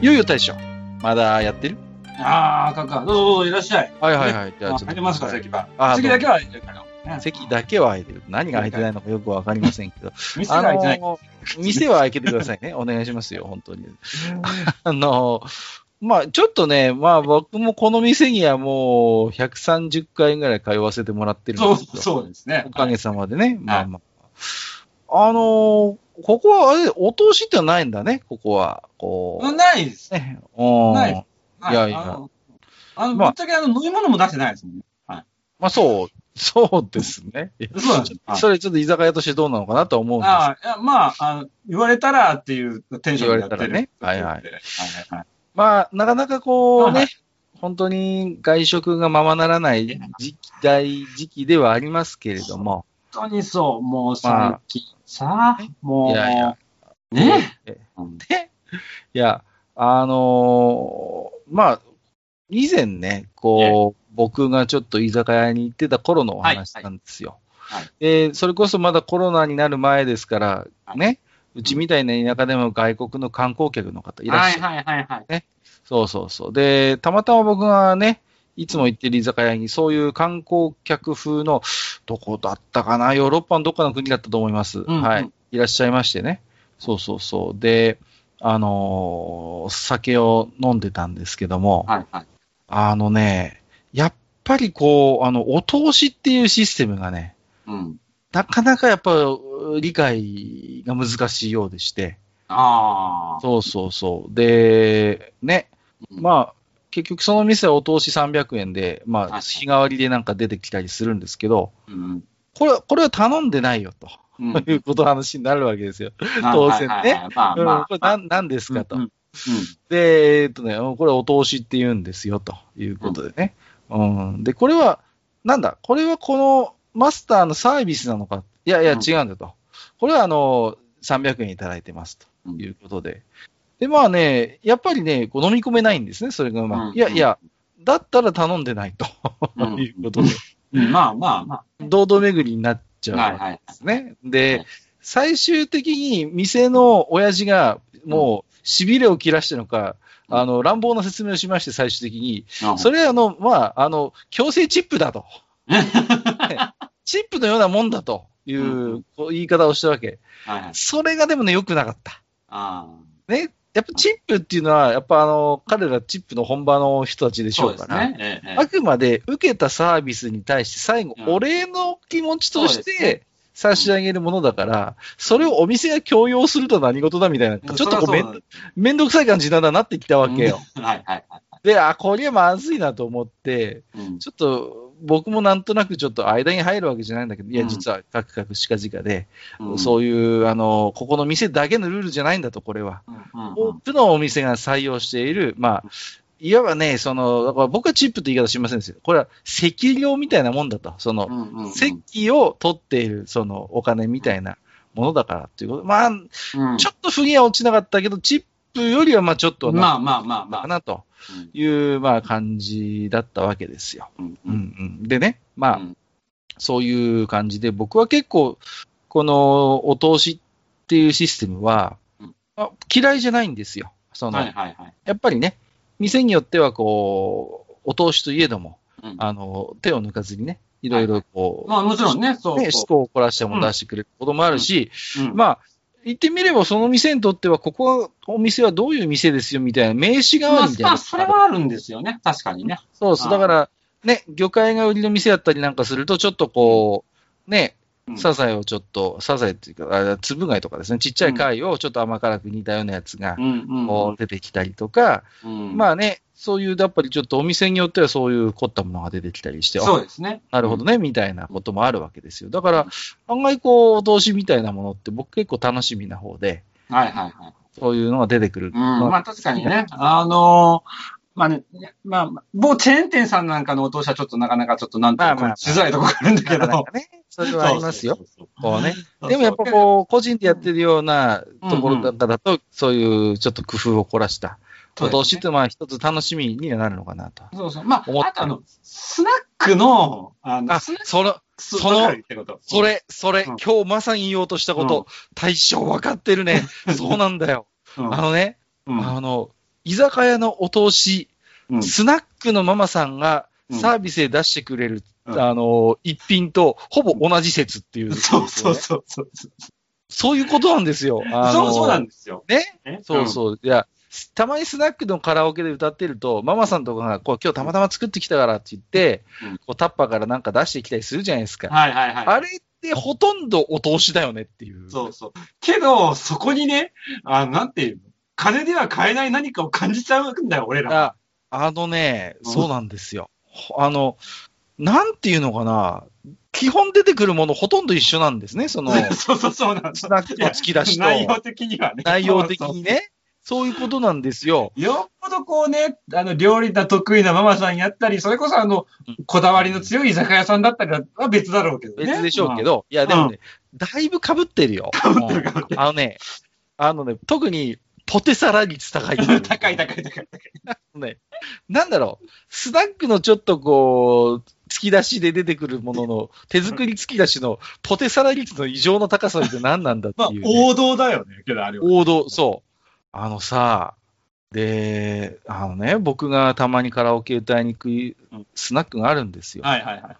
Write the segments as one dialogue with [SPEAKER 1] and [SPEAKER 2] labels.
[SPEAKER 1] いよいよ大将。まだやってる
[SPEAKER 2] ああ、あかんか。どうぞどうぞいらっしゃい。
[SPEAKER 1] はいはいはい。じ
[SPEAKER 2] あ
[SPEAKER 1] ゃあちょっ
[SPEAKER 2] 入りますか、
[SPEAKER 1] はい
[SPEAKER 2] 席は
[SPEAKER 1] あ。
[SPEAKER 2] 席だけは入れるから。
[SPEAKER 1] と、席だけは空いてる。何が空いてないのかよくわかりませんけど。
[SPEAKER 2] 店が開いてない。
[SPEAKER 1] のー店は開けてくださいね。 お願いしますよ、本当に。 あのーまあ、ちょっとね、まあ、僕もこの店にはもう、130回ぐらい通わせてもらってるん
[SPEAKER 2] そう、
[SPEAKER 1] ですけど、
[SPEAKER 2] そうですね
[SPEAKER 1] お。かげさまでね、まあまあ。あのーここは、あれ、お通しってのはないんだね、ここは。こ
[SPEAKER 2] うんないです。
[SPEAKER 1] う、ね。うん
[SPEAKER 2] ないですはい
[SPEAKER 1] やいや
[SPEAKER 2] あの、あのぶ
[SPEAKER 1] まあ
[SPEAKER 2] っちゃけあの飲み物も出してないですもんね。
[SPEAKER 1] まあ、そう、そうですね。
[SPEAKER 2] そうなんです。はい
[SPEAKER 1] それちょっと居酒屋としてどうなのかなとは思うんですけど
[SPEAKER 2] ああ、いやまああの、言われたらっていうテンションでやって
[SPEAKER 1] 言われ
[SPEAKER 2] る。
[SPEAKER 1] たらねはいはい
[SPEAKER 2] はいはい。
[SPEAKER 1] まあ、なかなかこうね、
[SPEAKER 2] はいはい
[SPEAKER 1] 本当に外食がままならない時期代、時期ではありますけれども、
[SPEAKER 2] 本当にそう、もう
[SPEAKER 1] ま
[SPEAKER 2] 最
[SPEAKER 1] あ
[SPEAKER 2] 近さ、もう、
[SPEAKER 1] いやいや
[SPEAKER 2] ね
[SPEAKER 1] え
[SPEAKER 2] う
[SPEAKER 1] い
[SPEAKER 2] ん
[SPEAKER 1] や、あのーまあ、以前ね、こう、僕がちょっと居酒屋に行ってた頃のお話なんですよ。
[SPEAKER 2] はいはい
[SPEAKER 1] でそれこそまだコロナになる前ですから、ね、うちみたいな田舎でも外国の観光客の方いらっしゃ
[SPEAKER 2] は
[SPEAKER 1] る
[SPEAKER 2] いはいはいはい。
[SPEAKER 1] そうそうそう。で、たまたま僕がね、いつも行ってる居酒屋に、そういう観光客風の、どこだったかな、ヨーロッパのどっかの国だったと思います。
[SPEAKER 2] うん
[SPEAKER 1] は
[SPEAKER 2] う
[SPEAKER 1] い
[SPEAKER 2] ん。
[SPEAKER 1] いらっしゃいましてね。そうそうそう。で、あのー酒を飲んでたんですけども、
[SPEAKER 2] はいはい。
[SPEAKER 1] あのね、やっぱりこう、あの、お通しっていうシステムがね、
[SPEAKER 2] うん。
[SPEAKER 1] なかなかやっぱ理解が難しいようでして、
[SPEAKER 2] ああ。
[SPEAKER 1] そうそうそう。で、ね、まあ、結局その店はお通し300円で、まあ、
[SPEAKER 2] はい
[SPEAKER 1] 日替わりでなんか出てきたりするんですけど、
[SPEAKER 2] うん。
[SPEAKER 1] これ、これは頼んでないよ、と
[SPEAKER 2] うん。
[SPEAKER 1] いうことの話になるわけですよ。当
[SPEAKER 2] 当
[SPEAKER 1] 然ね。
[SPEAKER 2] まあ
[SPEAKER 1] うん、
[SPEAKER 2] ま
[SPEAKER 1] これ
[SPEAKER 2] あ。
[SPEAKER 1] 何、なんですかと
[SPEAKER 2] うん。うん
[SPEAKER 1] で、えっとね、これお通しって言うんですよ、ということでね。うん。で、これは、なんだ、これはこのマスターのサービスなのか。いやいや、
[SPEAKER 2] うん
[SPEAKER 1] 違うんだと。これはあの、300円いただいてます、と
[SPEAKER 2] うん
[SPEAKER 1] いうことで。で、まあね、やっぱりね、こう飲み込めないんですね、それがうま
[SPEAKER 2] うん
[SPEAKER 1] く。いやいや、だったら頼んでないと、
[SPEAKER 2] う ん
[SPEAKER 1] いうことで、
[SPEAKER 2] うんまあまあま
[SPEAKER 1] 堂々巡りになっち
[SPEAKER 2] あ。
[SPEAKER 1] ゃう
[SPEAKER 2] はい
[SPEAKER 1] わ
[SPEAKER 2] はいはい
[SPEAKER 1] けで。すね。
[SPEAKER 2] は
[SPEAKER 1] で
[SPEAKER 2] い、
[SPEAKER 1] 最終的に店の親父がもう痺れを切らしてるのか、
[SPEAKER 2] うん
[SPEAKER 1] あの、乱暴な説明をしまして、最終的に、
[SPEAKER 2] うん
[SPEAKER 1] それはあの、まあ、あの、強制チップだ と。ねチップのようなもんだといううこう言い方をしたわけ。
[SPEAKER 2] はいはい。
[SPEAKER 1] それがでもね、良くなかった。
[SPEAKER 2] あ
[SPEAKER 1] ね。やっぱチップっていうのは、やっぱあの、彼らチップの本場の人たちで
[SPEAKER 2] あ。
[SPEAKER 1] しょ
[SPEAKER 2] そ
[SPEAKER 1] う
[SPEAKER 2] うで
[SPEAKER 1] か
[SPEAKER 2] す
[SPEAKER 1] ら、
[SPEAKER 2] ね。えええ
[SPEAKER 1] あくまで受けたサービスに対して最後
[SPEAKER 2] う、ん
[SPEAKER 1] お礼の気持ちとし
[SPEAKER 2] そうで
[SPEAKER 1] て差し上げるものだから、それをお店が強要すると何事だみたいな、
[SPEAKER 2] え
[SPEAKER 1] ちょっとこうめ
[SPEAKER 2] そり
[SPEAKER 1] んめんどくさい感じになってきた
[SPEAKER 2] ゃ
[SPEAKER 1] わ
[SPEAKER 2] そう
[SPEAKER 1] けよ。
[SPEAKER 2] うんはいはいはい。
[SPEAKER 1] で、あ、こりゃまずいなと思って、
[SPEAKER 2] うん
[SPEAKER 1] ちょっと僕もなんとなくちょっと間に入るわけじゃないんだけど、いや、
[SPEAKER 2] うん
[SPEAKER 1] 実はカクカクしかじかで、
[SPEAKER 2] うん
[SPEAKER 1] そういう、あの、ここの店だけのルールじゃないんだと、これは。
[SPEAKER 2] うんうんう
[SPEAKER 1] 多
[SPEAKER 2] ん
[SPEAKER 1] くのお店が採用している、まあ、いわばね、その、だから僕はチップという言い方しませんですよ。これは席料みたいなもんだと。その、
[SPEAKER 2] うんうんうん
[SPEAKER 1] 席を取っている、その、お金みたいなものだからっていうこと。まあ、ち
[SPEAKER 2] うん
[SPEAKER 1] ょっと不利は落ちなかったけど、チップよりは、まあ、ちょっと
[SPEAKER 2] ま
[SPEAKER 1] な、
[SPEAKER 2] あまあまあま
[SPEAKER 1] か
[SPEAKER 2] あ。
[SPEAKER 1] なと
[SPEAKER 2] うん
[SPEAKER 1] いう、まあ、感じだったわけですよ。
[SPEAKER 2] うん
[SPEAKER 1] う
[SPEAKER 2] うん
[SPEAKER 1] うんん。でね、まあ、
[SPEAKER 2] うん
[SPEAKER 1] そういう感じで、僕は結構、この、お通しっていうシステムは
[SPEAKER 2] うん、
[SPEAKER 1] まあ嫌いじゃないんですよ。その、
[SPEAKER 2] はいはいはい。
[SPEAKER 1] やっぱりね、店によってはこう、お通しといえども、
[SPEAKER 2] うん
[SPEAKER 1] あの、手を抜かずにね、いろいろこう、
[SPEAKER 2] まあもちろんね、そう。
[SPEAKER 1] ね、思考を凝らしたものを出してくれることもあるし、
[SPEAKER 2] うん
[SPEAKER 1] まあ、言ってみればその店にとっては、ここは、お店はどういう店ですよみたいな、名刺代
[SPEAKER 2] ま
[SPEAKER 1] わ
[SPEAKER 2] あ
[SPEAKER 1] りみたいな。
[SPEAKER 2] まあ、それはあるんですよね。確かにね。
[SPEAKER 1] そうそう。だから、ね、魚介が売りの店だったりなんかすると、ちょっとこう、ね、
[SPEAKER 2] うん
[SPEAKER 1] サザエをちょっと、サザエっていうか、あ粒貝とかですね、ちっちゃい貝をちょっと甘辛く煮たようなやつが
[SPEAKER 2] う、んうん
[SPEAKER 1] こう出てきたりとか、
[SPEAKER 2] うん。あ、
[SPEAKER 1] まあね、そういう、やっぱりちょっとお店によってはそういう凝ったものが出てきたりして、
[SPEAKER 2] そ
[SPEAKER 1] あ
[SPEAKER 2] うですね。
[SPEAKER 1] なるほどね、みたいなこともあるわけですよ。だか
[SPEAKER 2] う
[SPEAKER 1] ら
[SPEAKER 2] ん、
[SPEAKER 1] 案外こう、お通しみたいなものって僕結構楽しみな方で、
[SPEAKER 2] うん。はいはいはい。
[SPEAKER 1] そういうのが出てくる。
[SPEAKER 2] うん、まあ確かにね。あのーまあね、まあ、某チェーン店さんなんかのお通しはちょっとなかなかちょっとなんと
[SPEAKER 1] まあ
[SPEAKER 2] か
[SPEAKER 1] まあまあ
[SPEAKER 2] しづらいとこがあるんだけ
[SPEAKER 1] なかな
[SPEAKER 2] ど。
[SPEAKER 1] かね、それはありますよ。
[SPEAKER 2] そうそう
[SPEAKER 1] こうね。
[SPEAKER 2] そう
[SPEAKER 1] でもやっぱこう、個人でやってるようなところなんかだと、そういうちょっと工夫を凝らした、
[SPEAKER 2] そう
[SPEAKER 1] お
[SPEAKER 2] ですね
[SPEAKER 1] 通しってまあ一つ楽しみにはなるのかなと。
[SPEAKER 2] そうそう。ま
[SPEAKER 1] 思って
[SPEAKER 2] あ、あとあの、スナックの、あの、
[SPEAKER 1] あ、
[SPEAKER 2] スナック
[SPEAKER 1] その、
[SPEAKER 2] ス
[SPEAKER 1] その
[SPEAKER 2] ばかりってこと
[SPEAKER 1] そ。れ、それ、
[SPEAKER 2] うん
[SPEAKER 1] 今日まさに言おうとしたこと、
[SPEAKER 2] うん
[SPEAKER 1] 大将わかってる ね。そうなんだよ。
[SPEAKER 2] うん
[SPEAKER 1] あのね、
[SPEAKER 2] うん
[SPEAKER 1] あの、居酒屋のお通し、
[SPEAKER 2] うん
[SPEAKER 1] スナックのママさんが
[SPEAKER 2] うん
[SPEAKER 1] サービスで出してくれる、
[SPEAKER 2] うん
[SPEAKER 1] あの、一品とほぼ同じ説っていう、
[SPEAKER 2] そうそうそうそう。そう
[SPEAKER 1] そういうことなんですよ。あの
[SPEAKER 2] そうなんですよ。
[SPEAKER 1] ね。
[SPEAKER 2] ね
[SPEAKER 1] そうそう。いや、たまにスナックのカラオケで歌ってると、ママさんとかが、こう、今日たまたま作ってきたからって言って、
[SPEAKER 2] うん
[SPEAKER 1] こうタッパーからなんか出してきたりするじゃないです
[SPEAKER 2] うん
[SPEAKER 1] か。
[SPEAKER 2] はいはいはい。
[SPEAKER 1] あれってほとんどお通しだよねっていう。
[SPEAKER 2] そうそう。けど、そこにね、あの、なんていうの金では買えない何かを感じちゃうんだよ、俺らは。
[SPEAKER 1] ああのね、
[SPEAKER 2] うん
[SPEAKER 1] そうなんですよ。ほあの、なんていうのかな、基本出てくるものほとんど一緒なんですね、 その、
[SPEAKER 2] そうそうそうなんです
[SPEAKER 1] スナックの突き出しと、
[SPEAKER 2] 内容的にはね。
[SPEAKER 1] 内容的
[SPEAKER 2] そうそう
[SPEAKER 1] にね、そういうことなんですよ。
[SPEAKER 2] よっぽどこうね、あの、料理が得意なママさんやったり、それこそあの
[SPEAKER 1] うん、
[SPEAKER 2] こだわりの強い居酒屋さんだったりは別だろうけどね。
[SPEAKER 1] 別でしょうけど、いや、でもね、だいぶ被ってるよ。
[SPEAKER 2] ってる被っ
[SPEAKER 1] う
[SPEAKER 2] て
[SPEAKER 1] んあのね、あのね、特に、ポテサラ率高いって
[SPEAKER 2] う
[SPEAKER 1] い
[SPEAKER 2] ん。
[SPEAKER 1] う。
[SPEAKER 2] 高い高い高い。
[SPEAKER 1] ね。なんだろう、スナックのちょっとこう、突き出しで出てくるものの、手作り突き出しのポテサラ率の異常の高さって何なんだって
[SPEAKER 2] まあ
[SPEAKER 1] いう、、ね
[SPEAKER 2] 王道だよね、けどあれは。
[SPEAKER 1] 王道、そう。あのさ、で、あのね、僕がたまにカラオケ歌いに行くスナックがあるんですよ。
[SPEAKER 2] はいはいは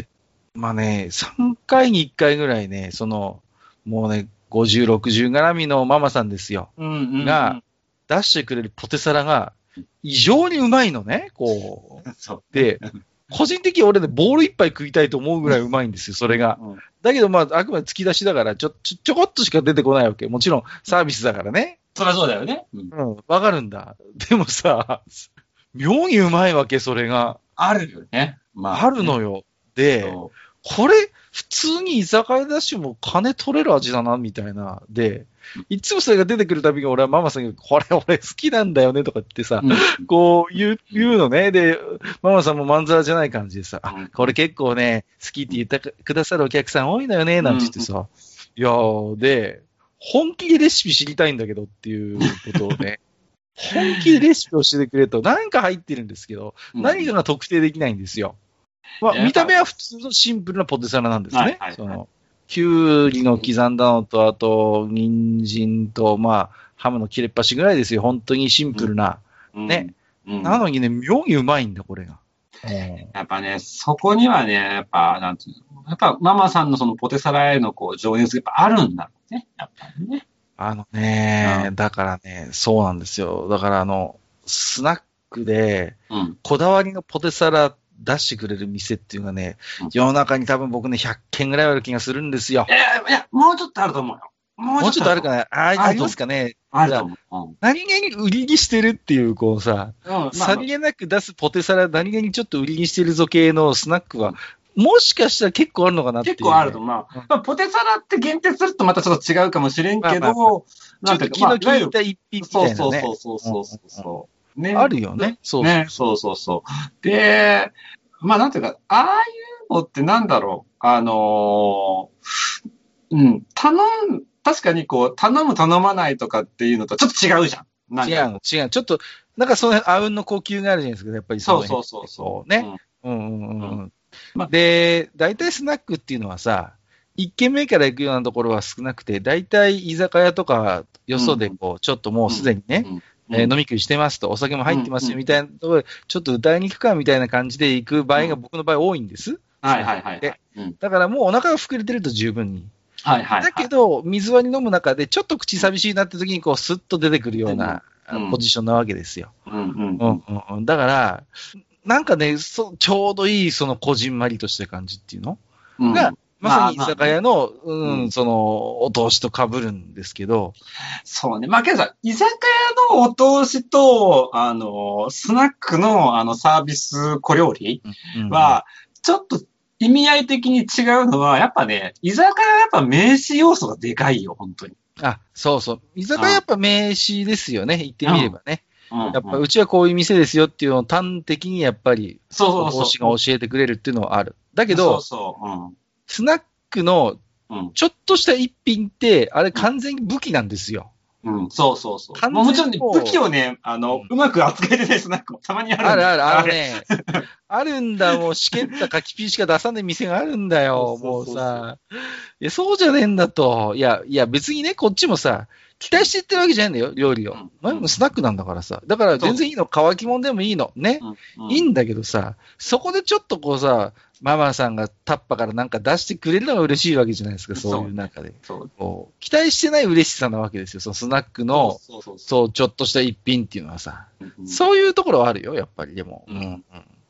[SPEAKER 2] い。
[SPEAKER 1] まあね、3回に1回ぐらいね、その、もうね、50、60絡みのママさんですよ。
[SPEAKER 2] うんうんうん。
[SPEAKER 1] が、出してくれるポテサラが、異常にうまいのね、こう。
[SPEAKER 2] そう。
[SPEAKER 1] で、個人的に俺ね、ボール一杯食いたいと思うぐらいうまいんですよ、それが。
[SPEAKER 2] うん
[SPEAKER 1] だけど、まあ、あくまで突き出しだから、ちょ、ちょ、ちょこっとしか出てこないわけ。もちろん、サービスだからね。
[SPEAKER 2] そりゃそうだよね。うん
[SPEAKER 1] うん、わかるんだ。でもさ、妙にうまいわけ、それが。
[SPEAKER 2] あるよね。ま
[SPEAKER 1] あるのよ。で、
[SPEAKER 2] そう
[SPEAKER 1] これ、普通に居酒屋だしも金取れる味だな、みたいな。で、いつもそれが出てくるたびに俺はママさんに、これ俺好きなんだよね、とか言ってさ、
[SPEAKER 2] うん
[SPEAKER 1] こう言う、言うのね。で、ママさんもまんざらじゃない感じでさ、 あ
[SPEAKER 2] うん
[SPEAKER 1] これ結構ね、好きって言ってくださるお客さん多いのよね、なんて言ってさ、いやー、で、本気でレシピ知りたいんだけどっていうことを ね、本気でレシピをしてくれと、なんか入ってるんですけど、何かが特定できないんですよ。まあ、
[SPEAKER 2] いや
[SPEAKER 1] 見た目は普通のシンプルなポテサラなんです
[SPEAKER 2] はい
[SPEAKER 1] ね
[SPEAKER 2] はい。
[SPEAKER 1] その、きゅうりの刻んだのと、あと、人参と、まあ、ハムの切れっ端ぐらいですよ。本当にシンプルな。
[SPEAKER 2] うん
[SPEAKER 1] ね。
[SPEAKER 2] うん
[SPEAKER 1] なのにね、妙にうまいんだ、これが。
[SPEAKER 2] やっぱね、そこにはね、やっぱ、なんていうの、やっぱママさんのそのポテサラへのこう情熱がやっぱあるんだろうね。やっぱりね。
[SPEAKER 1] あのね
[SPEAKER 2] う、
[SPEAKER 1] だからね、そうなんですよ。だから、あの、スナックで、
[SPEAKER 2] うん。
[SPEAKER 1] こだわりのポテサラ出してくれる店っていうのがね
[SPEAKER 2] うん、
[SPEAKER 1] 世の中に多分僕ね、100件ぐらいある気がするんですよ
[SPEAKER 2] い。やいや、もうちょっとあると思うよ。も
[SPEAKER 1] もうちょっとあるか
[SPEAKER 2] な
[SPEAKER 1] なあありますかね
[SPEAKER 2] あると思う。
[SPEAKER 1] 何気に売りにしてるっていう、こうさ、
[SPEAKER 2] うん。うんまあ
[SPEAKER 1] さりげなく出すポテサラ、何気にちょっと売りにしてるぞ系のスナックは、もしかしたら結構あるのかなっていう、
[SPEAKER 2] 結構あると思う。ま
[SPEAKER 1] うん
[SPEAKER 2] あまあ、ポテサラって限定するとまたちょっと違うかもしれんけ
[SPEAKER 1] まあまあ
[SPEAKER 2] ど、
[SPEAKER 1] ちょ
[SPEAKER 2] な
[SPEAKER 1] っ
[SPEAKER 2] んて
[SPEAKER 1] と
[SPEAKER 2] いうか、
[SPEAKER 1] 気
[SPEAKER 2] まあ、
[SPEAKER 1] の
[SPEAKER 2] いわ
[SPEAKER 1] 利
[SPEAKER 2] ゆ
[SPEAKER 1] い
[SPEAKER 2] る
[SPEAKER 1] た一品みた
[SPEAKER 2] そう
[SPEAKER 1] いな
[SPEAKER 2] そう
[SPEAKER 1] ね。
[SPEAKER 2] そうそうそうそう。ね
[SPEAKER 1] あるよね。そう。
[SPEAKER 2] ね、そうそうそう。で、まあなんていうか、ああいうのってなんだろう。あのーうん、頼ん、確かにこう、頼む頼まないとかっていうのとちょっと違うじゃん。なん
[SPEAKER 1] 違
[SPEAKER 2] か
[SPEAKER 1] うの、違うの。ちょっと、なんかその辺、あうんの呼吸があるじゃないですか、やっぱり
[SPEAKER 2] そう
[SPEAKER 1] の
[SPEAKER 2] そう
[SPEAKER 1] 辺
[SPEAKER 2] そうそう。
[SPEAKER 1] ね。うんうんうんう。
[SPEAKER 2] うんまあ
[SPEAKER 1] で、大体スナックっていうのはさ、一軒目から行くようなところは少なくて、大体居酒屋とか、よそでこう、ちょっともうすでにね、
[SPEAKER 2] うん。
[SPEAKER 1] えー飲み食いしてますと、お酒も入ってます
[SPEAKER 2] う
[SPEAKER 1] よ
[SPEAKER 2] ん
[SPEAKER 1] みたいなところで、ちょっと歌いに行くかみたいな感じで行く場合が僕の場合多いんです。
[SPEAKER 2] はいはいはいはい
[SPEAKER 1] で。
[SPEAKER 2] うん
[SPEAKER 1] だからもうお腹が膨れてると十分に。
[SPEAKER 2] はいはいはい。
[SPEAKER 1] だけど、水割り飲む中で、ちょっと口寂しいなって時に、こう、スッと出てくるような
[SPEAKER 2] うん
[SPEAKER 1] ポジションなわけですよ。
[SPEAKER 2] うんうん
[SPEAKER 1] う
[SPEAKER 2] うん
[SPEAKER 1] んうんうん。だから、なんかね、そちょうどいい、その、こじんまりとした感じっていうの
[SPEAKER 2] うん。
[SPEAKER 1] が、まさに居
[SPEAKER 2] まあ
[SPEAKER 1] 酒屋の、う、
[SPEAKER 2] うんん
[SPEAKER 1] その、お通しと被るんですけど、
[SPEAKER 2] そうね。まあ、けどさ、居酒屋のお通しと、あのー、スナックの、あの、サービス小料理
[SPEAKER 1] うん
[SPEAKER 2] は、ちょっと意味合い的に違うのは、やっぱね、居酒屋はやっぱ名刺要素がでかいよ、本当に。
[SPEAKER 1] あ、そうそう。居酒屋やっぱ名刺ですよね。言ってみればね。
[SPEAKER 2] うんうん
[SPEAKER 1] やっぱ、うちはこういう店ですよっていうのを端的にやっぱり、
[SPEAKER 2] そうそう
[SPEAKER 1] 講師が
[SPEAKER 2] そう。
[SPEAKER 1] 教えてくれるっていうのはある。だけ
[SPEAKER 2] そう
[SPEAKER 1] ど、
[SPEAKER 2] そ
[SPEAKER 1] スナックの
[SPEAKER 2] う。うん。
[SPEAKER 1] ちょっとした一品って、あれ完全に武器なんですよ。
[SPEAKER 2] うん。うん。そうそうそう。
[SPEAKER 1] 完全に
[SPEAKER 2] もうもちろんね、
[SPEAKER 1] こう
[SPEAKER 2] 武器をね、あの、うまく扱えてないスナックもたまにあるんだ
[SPEAKER 1] あるある、あ
[SPEAKER 2] あ
[SPEAKER 1] る
[SPEAKER 2] れ。
[SPEAKER 1] ね。あるんだ、もう、しけった書きピーしか出さない店があるんだよ、もう
[SPEAKER 2] そうそうそう
[SPEAKER 1] さ。いや、そうじゃねえんだと。いや、いや、別にね、こっちもさ、期待して言ってるわけじゃないんだよ、料理を
[SPEAKER 2] うん。
[SPEAKER 1] まあスナックなんだからさ。だから、全然いいの、乾きもんでもいいの。ね。
[SPEAKER 2] うん
[SPEAKER 1] いいんだけどさ、そこでちょっとこうさ、ママさんがタッパからなんか出してくれるのが嬉しいわけじゃないですか、そういう中で。
[SPEAKER 2] そう
[SPEAKER 1] こう期待してない嬉しさなわけですよ、そのスナックの、
[SPEAKER 2] そうそうそ
[SPEAKER 1] そう、ちょっとした一品っていうのはさ。
[SPEAKER 2] う。うん
[SPEAKER 1] そういうところはあるよ、やっぱり、でも。
[SPEAKER 2] う
[SPEAKER 1] うんん。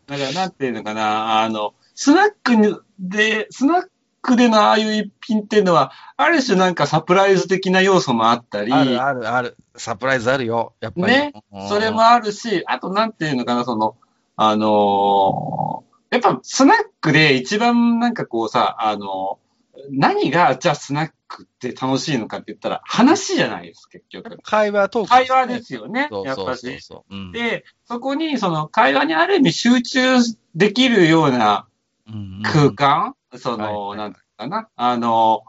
[SPEAKER 2] だから、なんていうのかな、あの、スナックにで、スナックでのああいう一品っていうのは、ある種なんかサプライズ的な要素もあったり、
[SPEAKER 1] あるあるある。サプライズあるよ、やっぱり。
[SPEAKER 2] ね
[SPEAKER 1] うん
[SPEAKER 2] それもあるし、あとなんていうのかな、その、あのーやっぱスナックで一番なんかこうさ、あのー何がじゃあスナックって楽しいのかって言ったら、話じゃないです、結局。
[SPEAKER 1] 会話トーク、
[SPEAKER 2] 会話ですよね、
[SPEAKER 1] そう
[SPEAKER 2] やっ
[SPEAKER 1] そ
[SPEAKER 2] ぱ
[SPEAKER 1] うそう
[SPEAKER 2] し。
[SPEAKER 1] そう。うん。
[SPEAKER 2] で、そこにその会話にある意味集中できるような
[SPEAKER 1] うん
[SPEAKER 2] 空間、その、
[SPEAKER 1] はい
[SPEAKER 2] なんていうかな、あの、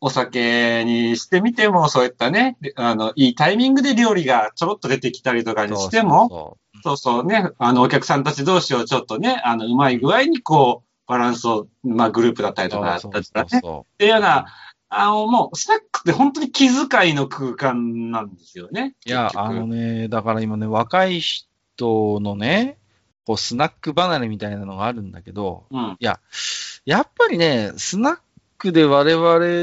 [SPEAKER 2] お酒にしてみても、そういったね、であの、いいタイミングで料理がちょろっと出てきたりとかにしても、
[SPEAKER 1] そうそうそう
[SPEAKER 2] そうそうね、あの、お客さんたち同士をちょっとね、あの、うまい具合にこう、バランスを、まあ、グループだったりとか、だ
[SPEAKER 1] そう
[SPEAKER 2] っ
[SPEAKER 1] そうそ
[SPEAKER 2] た
[SPEAKER 1] う
[SPEAKER 2] りとかね。
[SPEAKER 1] そ
[SPEAKER 2] っていうような、あの、もう、スナックって本当に気遣いの空間なんですよね。
[SPEAKER 1] いや
[SPEAKER 2] 結、局
[SPEAKER 1] あのね、だから今ね、若い人のね、こうスナック離れみたいなのがあるんだけど、
[SPEAKER 2] うん。
[SPEAKER 1] やっぱりね、スナックで我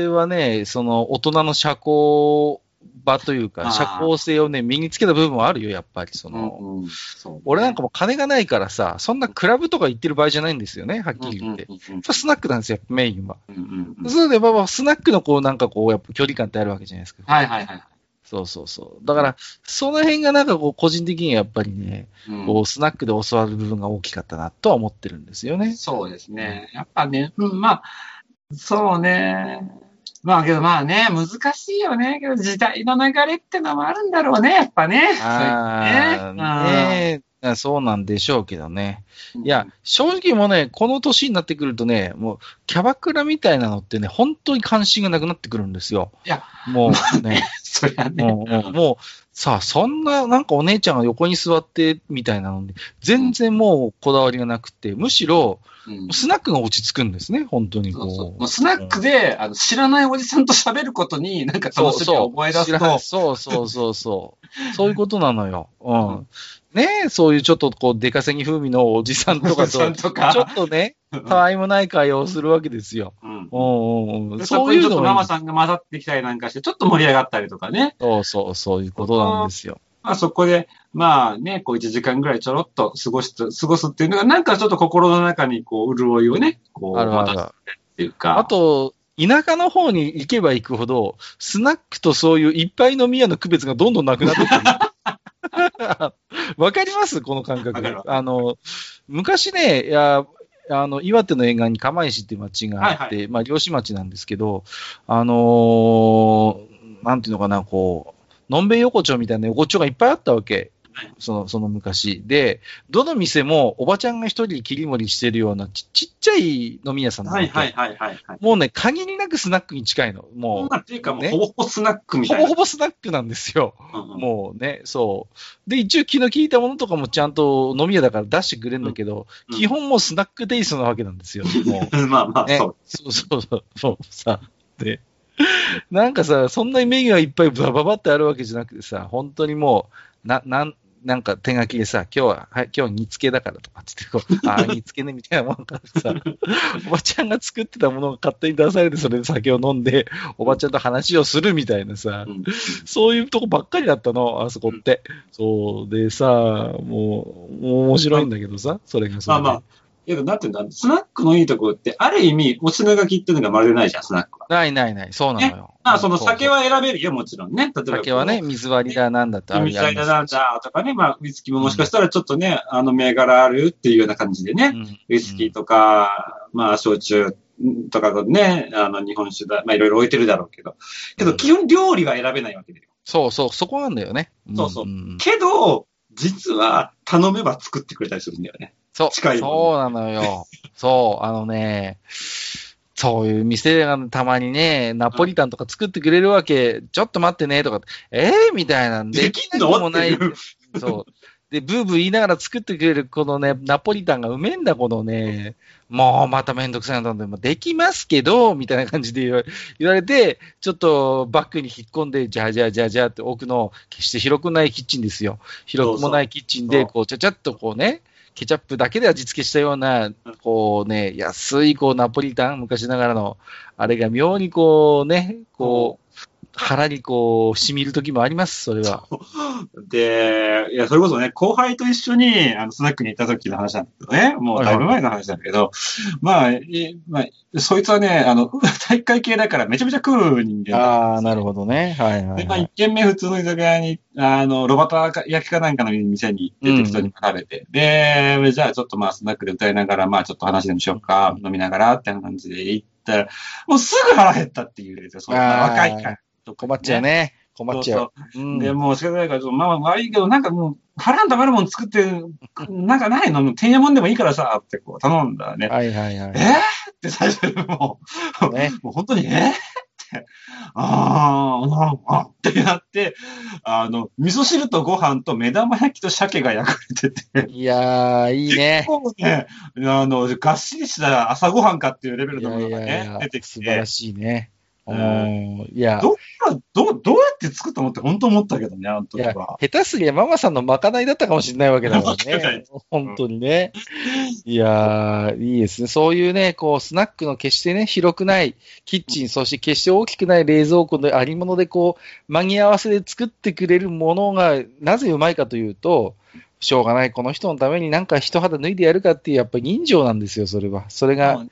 [SPEAKER 1] 々はね、その大人の社交場という
[SPEAKER 2] あ
[SPEAKER 1] か、
[SPEAKER 2] ー
[SPEAKER 1] 社交性をね、身につけた部分はあるよ、やっぱり。その、
[SPEAKER 2] うんうんそう
[SPEAKER 1] 俺なんかもう金がないからさ、そんなクラブとか行ってる場合じゃないんですよね、はっきり言って。やっ
[SPEAKER 2] うんうん
[SPEAKER 1] ぱスナックなんですよ、メインは。
[SPEAKER 2] うんうんうん
[SPEAKER 1] そうで、まあまあ、スナックのこう、なんかこう、やっぱ距離感ってあるわけじゃないですか。
[SPEAKER 2] はいはいはい。
[SPEAKER 1] そうそうそう。だから、その辺がなんかこう、個人的にはやっぱりね、
[SPEAKER 2] うん
[SPEAKER 1] こう、スナックで教わる部分が大きかったなとは思ってるんですよね。
[SPEAKER 2] そうですね。やっぱね、うん、まあ、そうね。まあけどまあね、難しいよね。けど時代の流れってのもあるんだろうね、やっぱね。
[SPEAKER 1] ああ、
[SPEAKER 2] え。
[SPEAKER 1] ねえ、そうなんでしょうけどね。いや、正直もうね、この年になってくるとね、もう、キャバクラみたいなのってね、本当に関心がなくなってくるんですよ。
[SPEAKER 2] いや、
[SPEAKER 1] もう ね、
[SPEAKER 2] そりゃね。
[SPEAKER 1] もう、もうもうさあ、そんな、なんかお姉ちゃんが横に座って、みたいなのに、全然もうこだわりがなくて、むしろ、
[SPEAKER 2] うん
[SPEAKER 1] スナックが落ち着くんですね、本当に
[SPEAKER 2] そうそう
[SPEAKER 1] こ
[SPEAKER 2] も
[SPEAKER 1] う
[SPEAKER 2] う。スナックで、あの知らないおじさんと喋ることに、なんか楽しみを思い出
[SPEAKER 1] 知
[SPEAKER 2] す
[SPEAKER 1] らな
[SPEAKER 2] と
[SPEAKER 1] い、そうそうそうそう。そういうことなの よ。うん。ねえ、そういうちょっとこう、出稼ぎ風味のおじさんと
[SPEAKER 2] お
[SPEAKER 1] か
[SPEAKER 2] じ
[SPEAKER 1] と、
[SPEAKER 2] さん
[SPEAKER 1] ち
[SPEAKER 2] とか
[SPEAKER 1] ょ、っとね、たわいもない会話をするわけですよ。
[SPEAKER 2] うん
[SPEAKER 1] うんうんうん。
[SPEAKER 2] でそ
[SPEAKER 1] そ
[SPEAKER 2] こ
[SPEAKER 1] うい
[SPEAKER 2] に
[SPEAKER 1] う
[SPEAKER 2] ちょっ
[SPEAKER 1] の
[SPEAKER 2] と
[SPEAKER 1] がい
[SPEAKER 2] マ
[SPEAKER 1] い
[SPEAKER 2] マさんが混ざってきたりなんかして、ちょっと盛り上がったりとかね。
[SPEAKER 1] そうそう、そういうことなんですよ。
[SPEAKER 2] まあそこで、まあね、こう1時間ぐらいちょろっと過ごす、過ごすっていうのが、なんかちょっと心の中にこう、潤いをね、こう、
[SPEAKER 1] あるある
[SPEAKER 2] 持たせ
[SPEAKER 1] あ
[SPEAKER 2] る
[SPEAKER 1] る。
[SPEAKER 2] っていうか。
[SPEAKER 1] あと、田舎の方に行けば行くほど、スナックとそういういっぱい飲み屋の区別がどんどんなくなってく る。わかりますこの感
[SPEAKER 2] わかるわ
[SPEAKER 1] 覚。あの、昔ね、いや、あの、岩手の沿岸に釜石っていう町があって、
[SPEAKER 2] はい
[SPEAKER 1] まあ、漁師町なんですけど、あのーなんていうのかな、こう、のんべい横丁みたいな横丁がいっぱいあったわけ
[SPEAKER 2] はい。
[SPEAKER 1] その、その昔。で、どの店もおばちゃんが一人切り盛りしてるようなちちっちゃい飲み屋さんなわ
[SPEAKER 2] は
[SPEAKER 1] け
[SPEAKER 2] いはいはいはいはい。
[SPEAKER 1] もうね、限りなくスナックに近いの。も
[SPEAKER 2] まあ、っていうか、もう
[SPEAKER 1] ね
[SPEAKER 2] ほぼほぼスナック
[SPEAKER 1] う、
[SPEAKER 2] み
[SPEAKER 1] ほ
[SPEAKER 2] たいな。
[SPEAKER 1] ぼほぼスナックなんですよ。
[SPEAKER 2] うんうん
[SPEAKER 1] もうね、そう。で、一応気の利いたものとかもちゃんと飲み屋だから出してくれるんだけど、
[SPEAKER 2] うん
[SPEAKER 1] 基本もうスナックテイストなわけなんですよ。も
[SPEAKER 2] まあま
[SPEAKER 1] う。
[SPEAKER 2] あ、
[SPEAKER 1] ね、
[SPEAKER 2] そう。
[SPEAKER 1] そうそうそう。そうさ、で。なんかさ、そんなにメニューがいっぱいバババってあるわけじゃなくてさ、本当にもう、な、なん、なんか手書きでさ、今日は、はい、今日煮付けだからとかって言って、こ う、ああ、煮付けねみたいなもんからさ、おばちゃんが作ってたものが勝手に出されて、それで酒を飲んで、おばちゃんと話をするみたいなさ
[SPEAKER 2] う、ん
[SPEAKER 1] そういうとこばっかりだったの、あそこって。そう、でさ、もう、もう面白いんだけどさ、それがそ
[SPEAKER 2] まあ
[SPEAKER 1] れで
[SPEAKER 2] まあ。けど、なんていうんだろうスナックのいいところって、ある意味、お品書きっていうのがまるでないじゃん、スナックは。
[SPEAKER 1] ないないない、そうなのよ。
[SPEAKER 2] まあ、その
[SPEAKER 1] そうそう
[SPEAKER 2] 酒は選べるよ、もちろんね。例えば。
[SPEAKER 1] 酒はね、。水割りだなんだってある
[SPEAKER 2] み
[SPEAKER 1] や
[SPEAKER 2] た
[SPEAKER 1] り
[SPEAKER 2] い
[SPEAKER 1] ま
[SPEAKER 2] な
[SPEAKER 1] す
[SPEAKER 2] なんだとかね、まあ、ウイスキーももしかしたらちょっとね、あの銘柄あるっていうような感じでね、
[SPEAKER 1] うん
[SPEAKER 2] ウイスキーとか、まあ、焼酎んとかのね、あの、日本酒だ、まあ、いろいろ置いてるだろうけど。けど、基本料理は選べないわけだよ。
[SPEAKER 1] そうそう、そこなんだよね。
[SPEAKER 2] そうそうん
[SPEAKER 1] ん
[SPEAKER 2] けど、実は、頼めば作ってくれたりするんだよね。
[SPEAKER 1] そう、
[SPEAKER 2] 近いもん
[SPEAKER 1] そうなの よ。そう、あのね、そういう店がたまにね、ナポリタンとか作ってくれるわけ、ちょっと待ってね、とか、えー、みたいなんで、
[SPEAKER 2] できんの
[SPEAKER 1] でもない
[SPEAKER 2] っていう
[SPEAKER 1] そう。で、ブーブー言いながら作ってくれるこのね、ナポリタンがうめえんだ、このね、もうまためんどくさいなと思って、もうできますけど、みたいな感じで言われ言われて、ちょっとバッグに引っ込んで、じゃあじゃあじゃあじゃあって奥の、決して広くないキッチンですよ。広くもないキッチン
[SPEAKER 2] そ
[SPEAKER 1] で、
[SPEAKER 2] うそう
[SPEAKER 1] こう、ちゃちゃっとこうね、ケチャップだけで味付けしたような、こうね、安いこうナポリタン、昔ながらの、あれが妙にこうね、こう、腹にこう、染みる時もあります、それは。
[SPEAKER 2] で、いや、それこそね、後輩と一緒に、あの、スナックに行った時の話なんだけどね、もうだいぶ前の話なんだけど、まあ、いまあ、そいつはね、あの、体育会系だからめちゃめちゃ食う人間だ。
[SPEAKER 1] ああ、なるほどね。はいは
[SPEAKER 2] で、
[SPEAKER 1] い、
[SPEAKER 2] まあ、
[SPEAKER 1] はい
[SPEAKER 2] 一。軒目普通の居酒屋に、あの、ロバタ焼きかなんかの店に行って適当に食べて、で、じゃあちょっとまあ、スナックで歌いながら、まあ、ちょっと話でもしようか、飲みながらって感じで行ったら、もうすぐ腹減ったっていうですよ、そんな
[SPEAKER 1] あー
[SPEAKER 2] 若いから。
[SPEAKER 1] 困っちゃうね。困っちゃ
[SPEAKER 2] そ
[SPEAKER 1] う。
[SPEAKER 2] う
[SPEAKER 1] うん
[SPEAKER 2] で、もう仕方ないから、ちょっとまあまあ悪いけど、なんかもう、腹んたまるもん作って、なんかないのもうてんやもんでもいいからさ、ってこう頼んだらね。
[SPEAKER 1] はいはいはい。
[SPEAKER 2] えーって最初にもう、
[SPEAKER 1] ね
[SPEAKER 2] もう本当に、えーって、 あー、あーあーってなって、あの、味噌汁とご飯と目玉焼きと鮭が焼かれてて、
[SPEAKER 1] いやー、いいね。
[SPEAKER 2] もうね、あの、がっしりした朝ごはんかっていうレベル
[SPEAKER 1] い
[SPEAKER 2] のも
[SPEAKER 1] や
[SPEAKER 2] の
[SPEAKER 1] い
[SPEAKER 2] が
[SPEAKER 1] や
[SPEAKER 2] ね、
[SPEAKER 1] いや
[SPEAKER 2] 出て、き
[SPEAKER 1] 素晴
[SPEAKER 2] て
[SPEAKER 1] ら、しいね。う
[SPEAKER 2] うん
[SPEAKER 1] ん、いや、
[SPEAKER 2] どどう、どうやって作ったのって本当思ったけどね、あの
[SPEAKER 1] い
[SPEAKER 2] 時
[SPEAKER 1] や
[SPEAKER 2] は。
[SPEAKER 1] 下手すりゃママさんのまかないだったかもしれないわけだ か
[SPEAKER 2] わからんな
[SPEAKER 1] ね
[SPEAKER 2] い。
[SPEAKER 1] 本当にね。いやー、いいですね。そういうね、こう、スナックの決してね、広くないキッチン、そして決して大きくない冷蔵庫のありもので、こう、間に合わせで作ってくれるものが、なぜうまいかというと、しょうがない、この人のためになんか一肌脱いでやるかっていう、やっぱり人情なんですよ、それは。それ
[SPEAKER 2] も
[SPEAKER 1] が
[SPEAKER 2] うね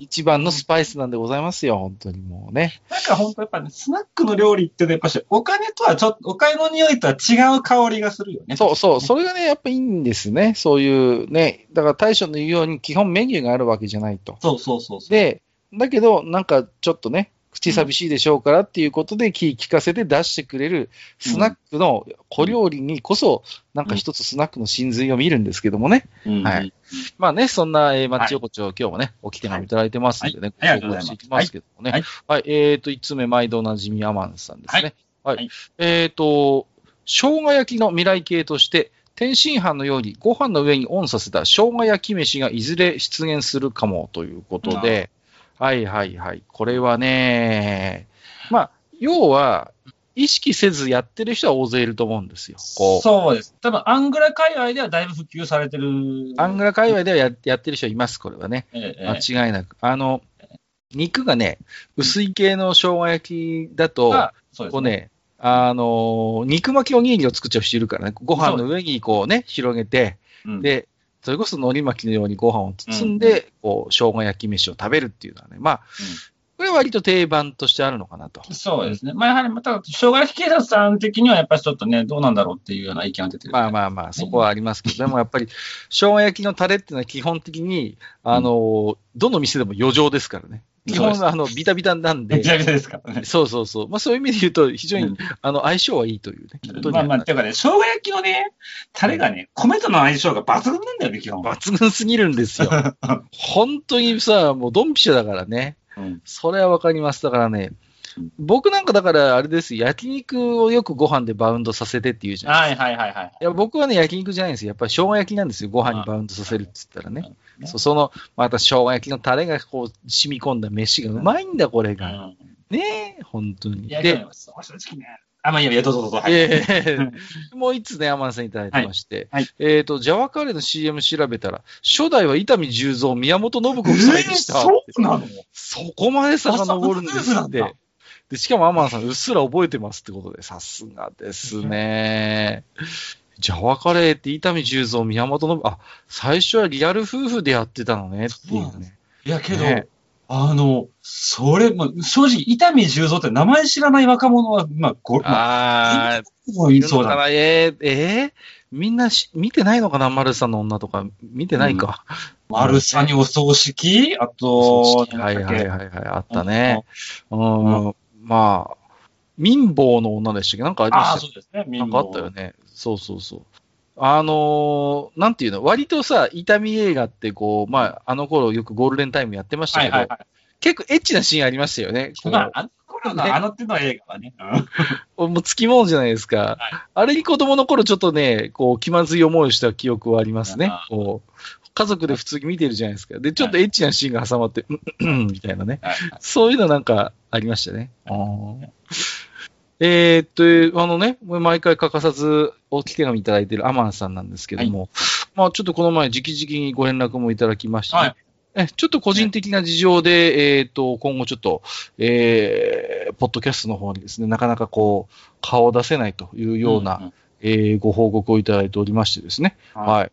[SPEAKER 1] 一番のスパイスなんでございますよ、本当にもうね。
[SPEAKER 2] なんか本当やっぱね、スナックの料理ってね、やっぱしお金とはちょっと、お金の匂いとは違う香りがするよね。
[SPEAKER 1] そうそう、それがね、やっぱいいんですね。そういうね、だから大将の言うように基本メニューがあるわけじゃないと。
[SPEAKER 2] そうそうそうそう。
[SPEAKER 1] で、だけど、なんかちょっとね、口寂しいでしょうからっていうことで気聞かせて出してくれるスナックの小料理にこそ、なんか一つスナックの真髄を見るんですけどもね。
[SPEAKER 2] うん
[SPEAKER 1] はい。まあね、そんな、えー、マッチ横丁、今日もね、おき手紙いただいてますんでね、
[SPEAKER 2] はいはい
[SPEAKER 1] ご紹介していきますけどもね。は
[SPEAKER 2] はいい。
[SPEAKER 1] えっ、と、いつ目毎度おなじみアマンさんですね。はい。
[SPEAKER 2] いはい
[SPEAKER 1] えっ、と、生姜焼きの未来形として、天津飯のようにご飯の上にオンさせた生姜焼き飯がいずれ出現するかもということで、はいはいはい。これはね、まあ、要は、意識せずやってる人は大勢いると思うんですよ。こう。
[SPEAKER 2] そうです。多分、アングラ界隈ではだいぶ普及されてる。
[SPEAKER 1] アングラ界隈ではややってる人います、これはね。
[SPEAKER 2] ええええ
[SPEAKER 1] 間違いなく。あの、肉がね、薄い系の生姜焼きだと、
[SPEAKER 2] がそうです
[SPEAKER 1] こう。ね、あのー、肉巻きおにぎりを作っちゃう人いるからね、ご飯の上にこうね、広げて、
[SPEAKER 2] うん、
[SPEAKER 1] で、それこそ海苔巻きのようにご飯を包んで、こう、生姜焼き飯を食べるっていうのはね、まあ、これは割と定番としてあるのかなと。
[SPEAKER 2] そうですね。まあ、やはり、また、障害警察さん的には、やっぱりちょっとね、どうなんだろうっていうような意見が出てる。
[SPEAKER 1] まあまあまあ、そこはありますけど、でもやっぱり、生姜焼きのタレっていうのは基本的に、あのー、どの店でも余剰ですからね。基
[SPEAKER 2] そう
[SPEAKER 1] 本、
[SPEAKER 2] です
[SPEAKER 1] あの、ビタビタなんで
[SPEAKER 2] ビ。タビタですからね。
[SPEAKER 1] そうそうそう。まあそういう意味で言うと、非常に、
[SPEAKER 2] うん
[SPEAKER 1] あの、相性はいいというね。本当に
[SPEAKER 2] まあまあ、ていうかね、生姜焼きのね、タレがね、米との相性が抜群なんだよね、基本。
[SPEAKER 1] 抜群すぎるんです よ。本当にさ、もうドンピシャだからね。
[SPEAKER 2] うん
[SPEAKER 1] それはわかります。だからね
[SPEAKER 2] うん、
[SPEAKER 1] 僕なんかだからあれですよ、焼肉をよくご飯でバウンドさせてっていうじゃん。い
[SPEAKER 2] はいはいはいはい。
[SPEAKER 1] や、僕はね、焼肉じゃないんですよ。やっぱり生姜焼きなんですよ。ご飯にバウンドさせるって言ったらね。
[SPEAKER 2] うん
[SPEAKER 1] そうその、また生姜焼きのタレがこう、染み込んだ飯がうまいんだ、これが。
[SPEAKER 2] うん
[SPEAKER 1] ねえ、本当に。
[SPEAKER 2] いや、
[SPEAKER 1] で
[SPEAKER 2] でも、そう正直ね。あ、まあ、いや、いや、どうぞどうぞ。はい。
[SPEAKER 1] ええ もう一つね、アマンさんいただいてまして、
[SPEAKER 2] はい
[SPEAKER 1] えっ、と、ジャワカレーの CM 調べたら、初代は伊丹十三、宮本信子夫
[SPEAKER 2] え
[SPEAKER 1] 妻でした、
[SPEAKER 2] ーそうなの
[SPEAKER 1] そこまで遡るんです
[SPEAKER 2] あそ
[SPEAKER 1] っ
[SPEAKER 2] うなん
[SPEAKER 1] て
[SPEAKER 2] だ。
[SPEAKER 1] で、しかもアマンさん、うっすら覚えてますってことで、さすがです ね。ジャワカレーって伊丹十三、宮本信子、あ、最初はリアル夫婦でやってたのねってい
[SPEAKER 2] そうな
[SPEAKER 1] うん
[SPEAKER 2] で
[SPEAKER 1] ね。
[SPEAKER 2] いや、けど、
[SPEAKER 1] ね
[SPEAKER 2] あの、それ、まあ、正直、伊丹十三って名前知らない若者は、まあ、ご、まあ、
[SPEAKER 1] あ
[SPEAKER 2] もう
[SPEAKER 1] ー、
[SPEAKER 2] い
[SPEAKER 1] いる
[SPEAKER 2] そ
[SPEAKER 1] の
[SPEAKER 2] う
[SPEAKER 1] か
[SPEAKER 2] だ。
[SPEAKER 1] な、えー、えーみんなし見てないのかな、丸さんの女とか、見てないか。
[SPEAKER 2] 丸さにお葬式あと、
[SPEAKER 1] はいはいはいはい、あった
[SPEAKER 2] ね
[SPEAKER 1] ね。うん、まあ、民法の女でしたっけなんかありま
[SPEAKER 2] ああ、
[SPEAKER 1] し
[SPEAKER 2] そ
[SPEAKER 1] たっ
[SPEAKER 2] うですね。
[SPEAKER 1] け
[SPEAKER 2] 民
[SPEAKER 1] なん
[SPEAKER 2] 謀
[SPEAKER 1] かあったよね。そうそうそう。あのーなんていうの、割とさ、痛み映画ってこう、まあ、あの頃よくゴールデンタイムやってました
[SPEAKER 2] は
[SPEAKER 1] け
[SPEAKER 2] い
[SPEAKER 1] ど、
[SPEAKER 2] はいは
[SPEAKER 1] 結構エッチなシーンありましたよ ね。
[SPEAKER 2] い。まあ、あの頃の
[SPEAKER 1] ね
[SPEAKER 2] あの手の映画はね。うん
[SPEAKER 1] こうもうつきものじゃないですか。
[SPEAKER 2] はい
[SPEAKER 1] あれに子供の頃ちょっとね、こう、気まずい思いをした記憶はありますね
[SPEAKER 2] あ。
[SPEAKER 1] こう家族で普通に見てるじゃないですか。で、ちょっとエッチなシーンが挟まって、うんうんうんみたいなね。
[SPEAKER 2] はい
[SPEAKER 1] そういうのなんかありましたね。あーえーっと、あのね、毎回欠かさず置き手紙いただいてるアマンさんなんですけども、まあちょっとこの前、直々にご連絡もいただきましてね、
[SPEAKER 2] はい
[SPEAKER 1] えちょっと個人的な事情で、えーっと、今後ちょっと、えー、ポッドキャストの方にですね、なかなかこう、顔を出せないというような、
[SPEAKER 2] ん
[SPEAKER 1] えーご報告をいただいておりましてですね、
[SPEAKER 2] はい
[SPEAKER 1] はい。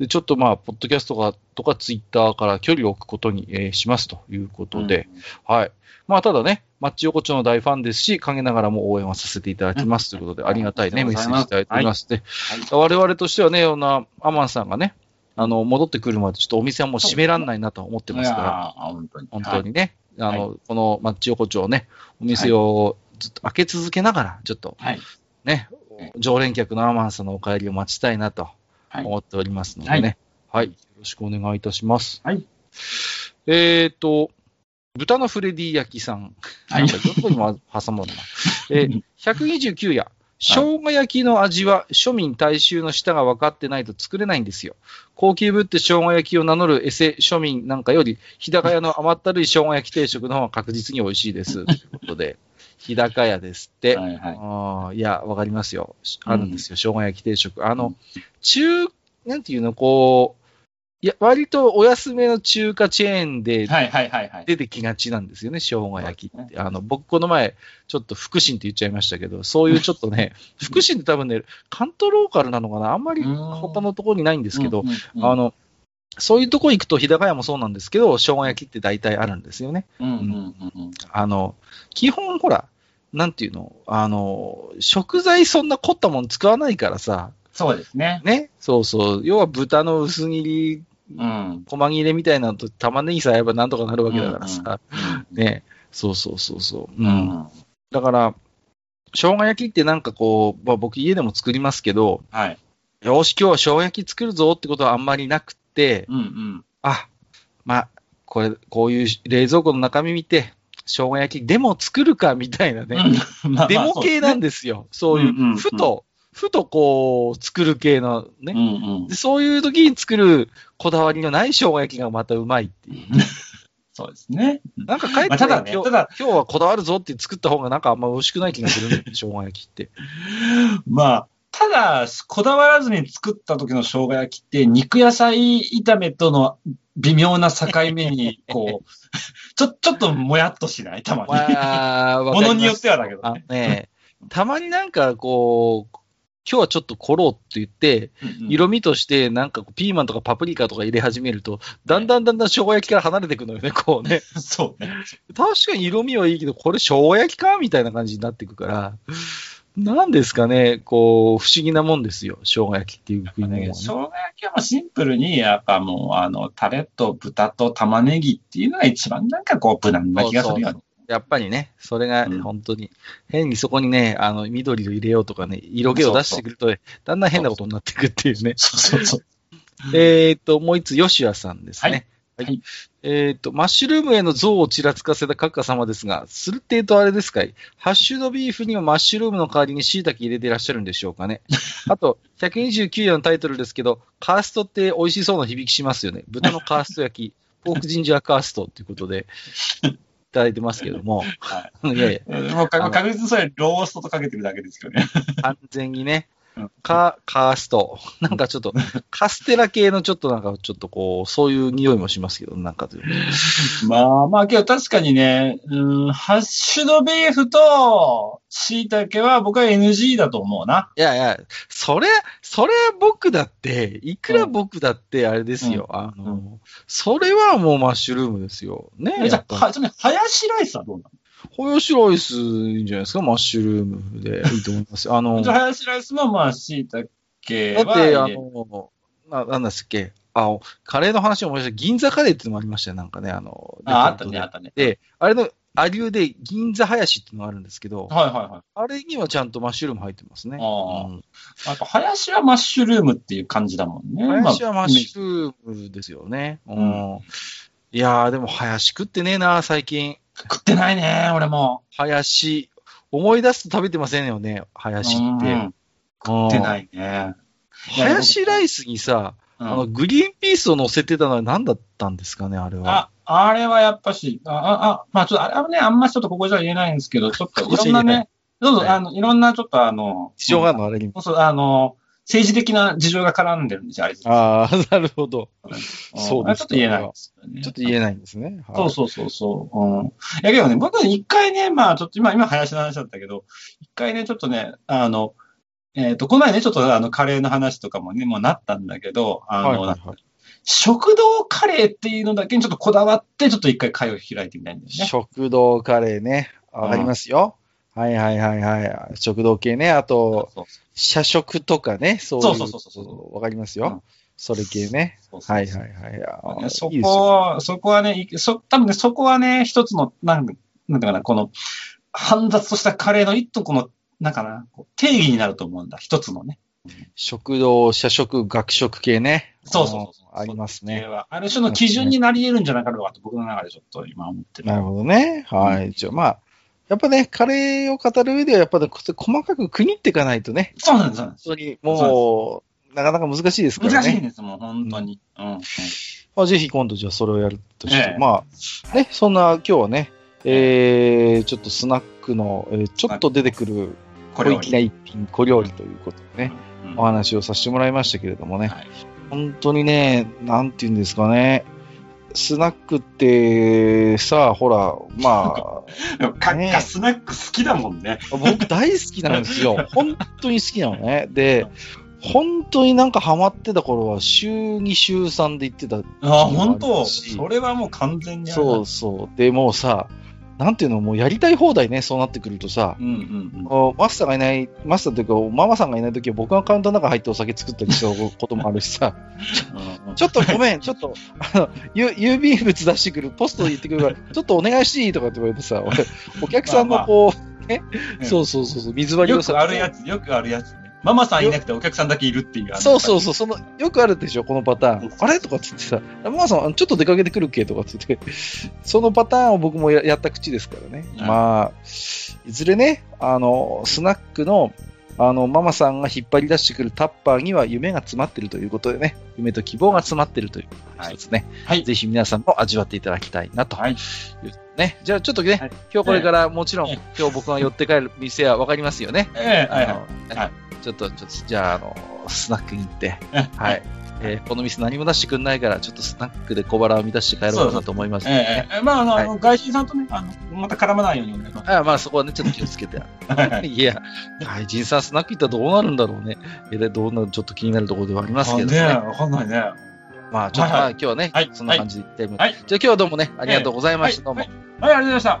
[SPEAKER 1] でちょっとまあ、ポッドキャストかとかツイッターから距離を置くことに、えーしますということで、、はい。まあ、ただね、マッチ横丁の大ファンですし、陰ながらも応援はさせていただきますということで、ありがたいね、
[SPEAKER 2] あり
[SPEAKER 1] メ
[SPEAKER 2] が
[SPEAKER 1] ッ
[SPEAKER 2] と
[SPEAKER 1] セ
[SPEAKER 2] う
[SPEAKER 1] ージ
[SPEAKER 2] ございます
[SPEAKER 1] いただいております。で、
[SPEAKER 2] はい
[SPEAKER 1] 我々としてはね、ような、アマンさんがね、あの、戻ってくるまでちょっとお店はもう閉めらんないなと思ってますか
[SPEAKER 2] い
[SPEAKER 1] ら、
[SPEAKER 2] やー本当に。
[SPEAKER 1] 本当
[SPEAKER 2] はい。
[SPEAKER 1] にね、あの、このマッチ横丁ね、お店をずっと開け続けながら、ちょっと
[SPEAKER 2] はい。
[SPEAKER 1] ね
[SPEAKER 2] はい、
[SPEAKER 1] 常連客のアマンさんのお帰りを待ちたいなと
[SPEAKER 2] はい
[SPEAKER 1] 思っておりますのでね。は。
[SPEAKER 2] はいい
[SPEAKER 1] よろしくお願いいたします。
[SPEAKER 2] はい。
[SPEAKER 1] えっと、豚のフレディ焼きさん。
[SPEAKER 2] は
[SPEAKER 1] な
[SPEAKER 2] い
[SPEAKER 1] んかどこにも挟まるな。え ー、129夜。生姜焼きの味は庶民大衆の舌が分かってないと作れないんですよ。高級ぶって生姜焼きを名乗るエセ庶民なんかより、日高屋の甘ったるい生姜焼き定食の方が確実に美味しいです。ということ で、日高屋ですって。
[SPEAKER 2] はいはい。
[SPEAKER 1] ああ、いや、わかりますよ。しあるんですよ、生姜焼き定食。あ
[SPEAKER 2] う
[SPEAKER 1] の
[SPEAKER 2] ん、
[SPEAKER 1] 中、なんていうの、こう、いや、割とお安めの中華チェーンで
[SPEAKER 2] はいはいはいはい。
[SPEAKER 1] 出てきがちなんですよね、生姜焼き
[SPEAKER 2] そう
[SPEAKER 1] っ
[SPEAKER 2] で
[SPEAKER 1] て。あの、僕、この前、ちょっと福神って言っちゃいましたけど、そういうちょっとね、福神って多分ね、関東ローカルなのかな、あんまり
[SPEAKER 2] うん
[SPEAKER 1] 他のところにないんですけど
[SPEAKER 2] うん、うんうん、
[SPEAKER 1] あの、そういうとこ行くと、日高屋もそうなんですけど、生姜焼きって大体あるんですよね。
[SPEAKER 2] うんうんうんうん、
[SPEAKER 1] あの、基本ほら、なんていうのあの、食材そんな凝ったもん使わないからさ、
[SPEAKER 2] そうですね。
[SPEAKER 1] ね。そうそう。要は豚の薄切り、
[SPEAKER 2] うん。
[SPEAKER 1] 細切れみたいなのと玉ねぎさえあればなんとかなるわけだから
[SPEAKER 2] うんうん
[SPEAKER 1] さ、ね。そうそうそうそう。う。
[SPEAKER 2] うんん。
[SPEAKER 1] だから、生姜焼きってなんかこう、まあ、僕家でも作りますけど、
[SPEAKER 2] はい。
[SPEAKER 1] よし、今日は生姜焼き作るぞってことはあんまりなくって、
[SPEAKER 2] うんうん。
[SPEAKER 1] あ、まあ、これ、こういう冷蔵庫の中身見て、生姜焼きでも作るかみたいなね。
[SPEAKER 2] うん まあ
[SPEAKER 1] デモ系なん
[SPEAKER 2] ま
[SPEAKER 1] ですよ。そういう、
[SPEAKER 2] うんうんうん
[SPEAKER 1] ふと、ふとこう、作る系のね、
[SPEAKER 2] あそううんうん
[SPEAKER 1] で。そういう時に作るこだわりのない生姜焼きがまたうまいっていう。
[SPEAKER 2] そうですね。
[SPEAKER 1] なんか帰
[SPEAKER 2] ま
[SPEAKER 1] っ
[SPEAKER 2] あ
[SPEAKER 1] た
[SPEAKER 2] た
[SPEAKER 1] ら、
[SPEAKER 2] だね、
[SPEAKER 1] 今
[SPEAKER 2] た
[SPEAKER 1] 日
[SPEAKER 2] だ、
[SPEAKER 1] 今日はこだわるぞって作った方がなんかあんま美味しくない気がするんだよね生姜焼きって。
[SPEAKER 2] まあ、ただ、こだわらずに作った時の生姜焼きって、肉野菜炒めとの微妙な境目に、こう、 ちょ、ちょっともやっとしないたまに。
[SPEAKER 1] まあ、
[SPEAKER 2] ものによってはだけど
[SPEAKER 1] あの
[SPEAKER 2] ね。
[SPEAKER 1] ね、たまになんかこう、今日はちょっと凝ろうって言って、色味としてなんかこうピーマンとかパプリカとか入れ始めると、だんだんだんだん生姜焼きから離れてくのよね、こうね。
[SPEAKER 2] うんそうね。
[SPEAKER 1] 確かに色味はいいけど、これ生姜焼きかみたいな感じになってくから、なんですかね、こう、不思議なもんですよ、生姜焼きっていう食い物はね
[SPEAKER 2] 生姜焼きはもうシンプルに、やっぱもう、あの、タレと豚と玉ねぎっていうのが一番なんかこう、無難な気がするよね。
[SPEAKER 1] やっぱりね、それが
[SPEAKER 2] うん
[SPEAKER 1] 本当に、変にそこにね、あの、緑を入れようとかね、色気を出してくると、だんだん変なことになってくっていうね。
[SPEAKER 2] そうそうそう。
[SPEAKER 1] えーっと、もう一つ、ヨシアさんですね。
[SPEAKER 2] はいはい
[SPEAKER 1] えーっと、マッシュルームへの像をちらつかせた閣下様ですが、するってえとあれですかいハッシュドビーフにはマッシュルームの代わりに椎茸入れてらっしゃるんでしょう かね。あと、129夜のタイトルですけど、カーストって美味しそうな響きしますよね。豚のカースト焼き、 ポークジンジャーカーストということで、いただいてますけども。、
[SPEAKER 2] はい
[SPEAKER 1] やいや、
[SPEAKER 2] え ーもう
[SPEAKER 1] あの
[SPEAKER 2] か確実にそれ、ローストとかけてるだけですよね。
[SPEAKER 1] 完全にね
[SPEAKER 2] うん、
[SPEAKER 1] カカースト。なんかちょっと、カステラ系のちょっとなんか、ちょっとこう、そういう匂いもしますけど、なんかという
[SPEAKER 2] まあまあ、けど確かにね、うん、ハッシュドビーフと椎茸は僕は NG だと思うな。
[SPEAKER 1] いやいや、それ、それ僕だって、いくら僕だってあれですよ。あの、
[SPEAKER 2] う
[SPEAKER 1] それはもうマッシュルームですよ。ね
[SPEAKER 2] えじ
[SPEAKER 1] やっ
[SPEAKER 2] ゃあ、
[SPEAKER 1] ぱ。
[SPEAKER 2] はちなみに、ハヤシライスはどうな
[SPEAKER 1] ホヨシロイスいいんじゃないですか、マッシュルームで。いいと思いますよ。あの、
[SPEAKER 2] のじゃ
[SPEAKER 1] だ
[SPEAKER 2] あ、ハヤシライスもまあ、椎茸
[SPEAKER 1] っ
[SPEAKER 2] は
[SPEAKER 1] て、あ
[SPEAKER 2] 入れる。
[SPEAKER 1] の、ななんだっすっけ、あ、おカレーの話を思い出した。銀座カレーっていうのもありましたよ、なんかね、あの、
[SPEAKER 2] あ、あ
[SPEAKER 1] レ
[SPEAKER 2] っ
[SPEAKER 1] トルト
[SPEAKER 2] たね、
[SPEAKER 1] で
[SPEAKER 2] あったね。
[SPEAKER 1] で、あれの、アリューで銀座林っていうのがあるんですけど、
[SPEAKER 2] はいはいはい。
[SPEAKER 1] あれにはちゃんとマッシュルーム入ってますね。
[SPEAKER 2] あー
[SPEAKER 1] うん
[SPEAKER 2] やっぱ林はマッシュルームっていう感じだもんね。
[SPEAKER 1] 林はマッシ
[SPEAKER 2] ュ
[SPEAKER 1] ュルームですよね。うんん。いやー、でも林食ってねえな、最近。
[SPEAKER 2] 食ってないね、俺も。
[SPEAKER 1] 林。思い出すと食べてませんよね、林
[SPEAKER 2] うん
[SPEAKER 1] って。
[SPEAKER 2] 食
[SPEAKER 1] 食。
[SPEAKER 2] ってないいね。
[SPEAKER 1] 林ライスにさ、
[SPEAKER 2] うん
[SPEAKER 1] あの、グリーンピースを乗せてたのは何だったんですかね、あれは。
[SPEAKER 2] あ、あれはやっぱし、あ、あ、あまあちょっとあれはね、あんまちょっとここじゃ言えないんですけど、ちょっといろんなね、そうそう、
[SPEAKER 1] はい
[SPEAKER 2] あの、いろんなちょっとあの、
[SPEAKER 1] 事情があるの、あれに。
[SPEAKER 2] そうそう、あの、政治的な事情が絡んでるんですよ、あれ。
[SPEAKER 1] ああ、なるほど。
[SPEAKER 2] うん
[SPEAKER 1] そうですか
[SPEAKER 2] ちょっと言えないですよね。
[SPEAKER 1] ちょっと言えないんですね。
[SPEAKER 2] そうそうそうそう。うん。いやけどね、僕は一回ね、まあちょっと今、今林の話だったけど、一回ね、ちょっとね、あの、えっ、と、この前ね、ちょっとあの、カレーの話とかもね、もうなったんだけど、あの、
[SPEAKER 1] はいはいはい
[SPEAKER 2] 食堂カレーっていうのだけにちょっとこだわって、ちょっと一回会を開いてみたいんだよね。
[SPEAKER 1] 食堂カレーね。わかりますよ。はいはいはいはい。食堂系ね。あと、
[SPEAKER 2] そう
[SPEAKER 1] 社食とかね。そういう。
[SPEAKER 2] そうそうそうそ
[SPEAKER 1] わかります
[SPEAKER 2] うん
[SPEAKER 1] よ。それ系ね。
[SPEAKER 2] そうそう
[SPEAKER 1] はいはいはいあー。
[SPEAKER 2] そ
[SPEAKER 1] いいですよ
[SPEAKER 2] こ、そこはね、いそ、多分ね、そこはね、一つの、なんなんだかな、この、煩雑としたカレーの一とこの、なんかな、こう定義になると思うんだ、一つのね。
[SPEAKER 1] 食堂、社食、学食系ね。
[SPEAKER 2] そうそうそうそう
[SPEAKER 1] あーあります
[SPEAKER 2] それ
[SPEAKER 1] ね。
[SPEAKER 2] はある種の基準になり得るんじゃなかろうかと、僕の中でちょっと今思ってる。
[SPEAKER 1] なるほどね。はい。一応まあ、やっぱね、カレーを語る上では、やっぱりこ細かく区切っていかないとね。
[SPEAKER 2] そうなんです、そうなんで
[SPEAKER 1] 本当にもう、なかなか難しいですからね。
[SPEAKER 2] す。難しいんです、もう本当に。うん。うん
[SPEAKER 1] まあ、ぜひ今度じゃあそれをやるとして、
[SPEAKER 2] ええ
[SPEAKER 1] まあ、ね、そんな今日はね、えー、ちょっとスナックの、えーちょっと出てくる小
[SPEAKER 2] これを
[SPEAKER 1] 粋な一品、小料理ということでね、
[SPEAKER 2] うん
[SPEAKER 1] お話をさせてもらいましたけれどもね、
[SPEAKER 2] はい
[SPEAKER 1] 本当にね、なんて言うんですかね、スナックってさ、ほら、まあ、
[SPEAKER 2] でもカッ
[SPEAKER 1] ね
[SPEAKER 2] カスナック好きだもんね。
[SPEAKER 1] 僕大好きなんですよ。本当に好きなのね。で、本当になんかハマってた頃は週2、週3で行ってた
[SPEAKER 2] ああ、
[SPEAKER 1] そうなん
[SPEAKER 2] 本
[SPEAKER 1] です
[SPEAKER 2] 当それはもう完全にあれだ
[SPEAKER 1] そうそう。でもうさ、なんていうの、もうやりたい放題ね、そうなってくるとさ、
[SPEAKER 2] うんうん
[SPEAKER 1] あマスターがいない、マスターというか、ママさんがいないときは僕がカウンターの中入ってお酒作ったりしたこともあるしさ、
[SPEAKER 2] うんうん。
[SPEAKER 1] ちょっとごめん、ちょっと、あの、ゆ郵便物出してくる、ポスト行ってくる から、ちょっとお願いしていいとかって言われてさ、俺、お客さんのこう、ね
[SPEAKER 2] うん
[SPEAKER 1] そうそうそうそう、水割り
[SPEAKER 2] よ
[SPEAKER 1] をさ、
[SPEAKER 2] くあるやつ、よくあるやつね。ママさんいなくてお客さんだけいるっていうあの。
[SPEAKER 1] そうそうそう、その、よくあるでしょ、このパターン。
[SPEAKER 2] そう
[SPEAKER 1] あれとかっつってさ、ママさん、ちょっと出かけてくるけとかっつって、そのパターンを僕もややった口ですからね。
[SPEAKER 2] うん
[SPEAKER 1] まあ、いずれね、あの、スナックの、あの、ママさんが引っ張り出してくるタッパーには夢が詰まってるということでね、夢と希望が詰まってるということですね。
[SPEAKER 2] はい
[SPEAKER 1] ぜひ皆さんも味わっていただきたいなと。
[SPEAKER 2] はい
[SPEAKER 1] ね、じゃあちょっとね、
[SPEAKER 2] はい
[SPEAKER 1] 今日これからもちろん、
[SPEAKER 2] ええ
[SPEAKER 1] 今日僕が寄って帰る店はわかりますよね。
[SPEAKER 2] ええ、はい
[SPEAKER 1] あの
[SPEAKER 2] は
[SPEAKER 1] ね
[SPEAKER 2] はい
[SPEAKER 1] ちょっと、ちょっと、じゃあ、あの、スナックに行って、
[SPEAKER 2] い。
[SPEAKER 1] はい。えーこの店何も出してくんないから、ちょっとスナックで小腹を満たして帰ろうかなと思います。
[SPEAKER 2] ええ、まああの、あの外人さんとね、あの、また絡まないようにお願いします。
[SPEAKER 1] あまあ、そこはね、ちょっと気をつけて。いや、はい、人さんスナック行ったらどうなるんだろうね。えらいどうなる、ちょっと気になるところではありますけど
[SPEAKER 2] ねえ、
[SPEAKER 1] ね。
[SPEAKER 2] わかんないね。
[SPEAKER 1] まあ、ちょっと、
[SPEAKER 2] はい
[SPEAKER 1] ま
[SPEAKER 2] は
[SPEAKER 1] あ今日はね、
[SPEAKER 2] はい
[SPEAKER 1] そんな感じで行ってみます。
[SPEAKER 2] はい
[SPEAKER 1] じゃあ今日はどうもね、ありがとうございました。どうも
[SPEAKER 2] はい。。はい、ありがとうございました。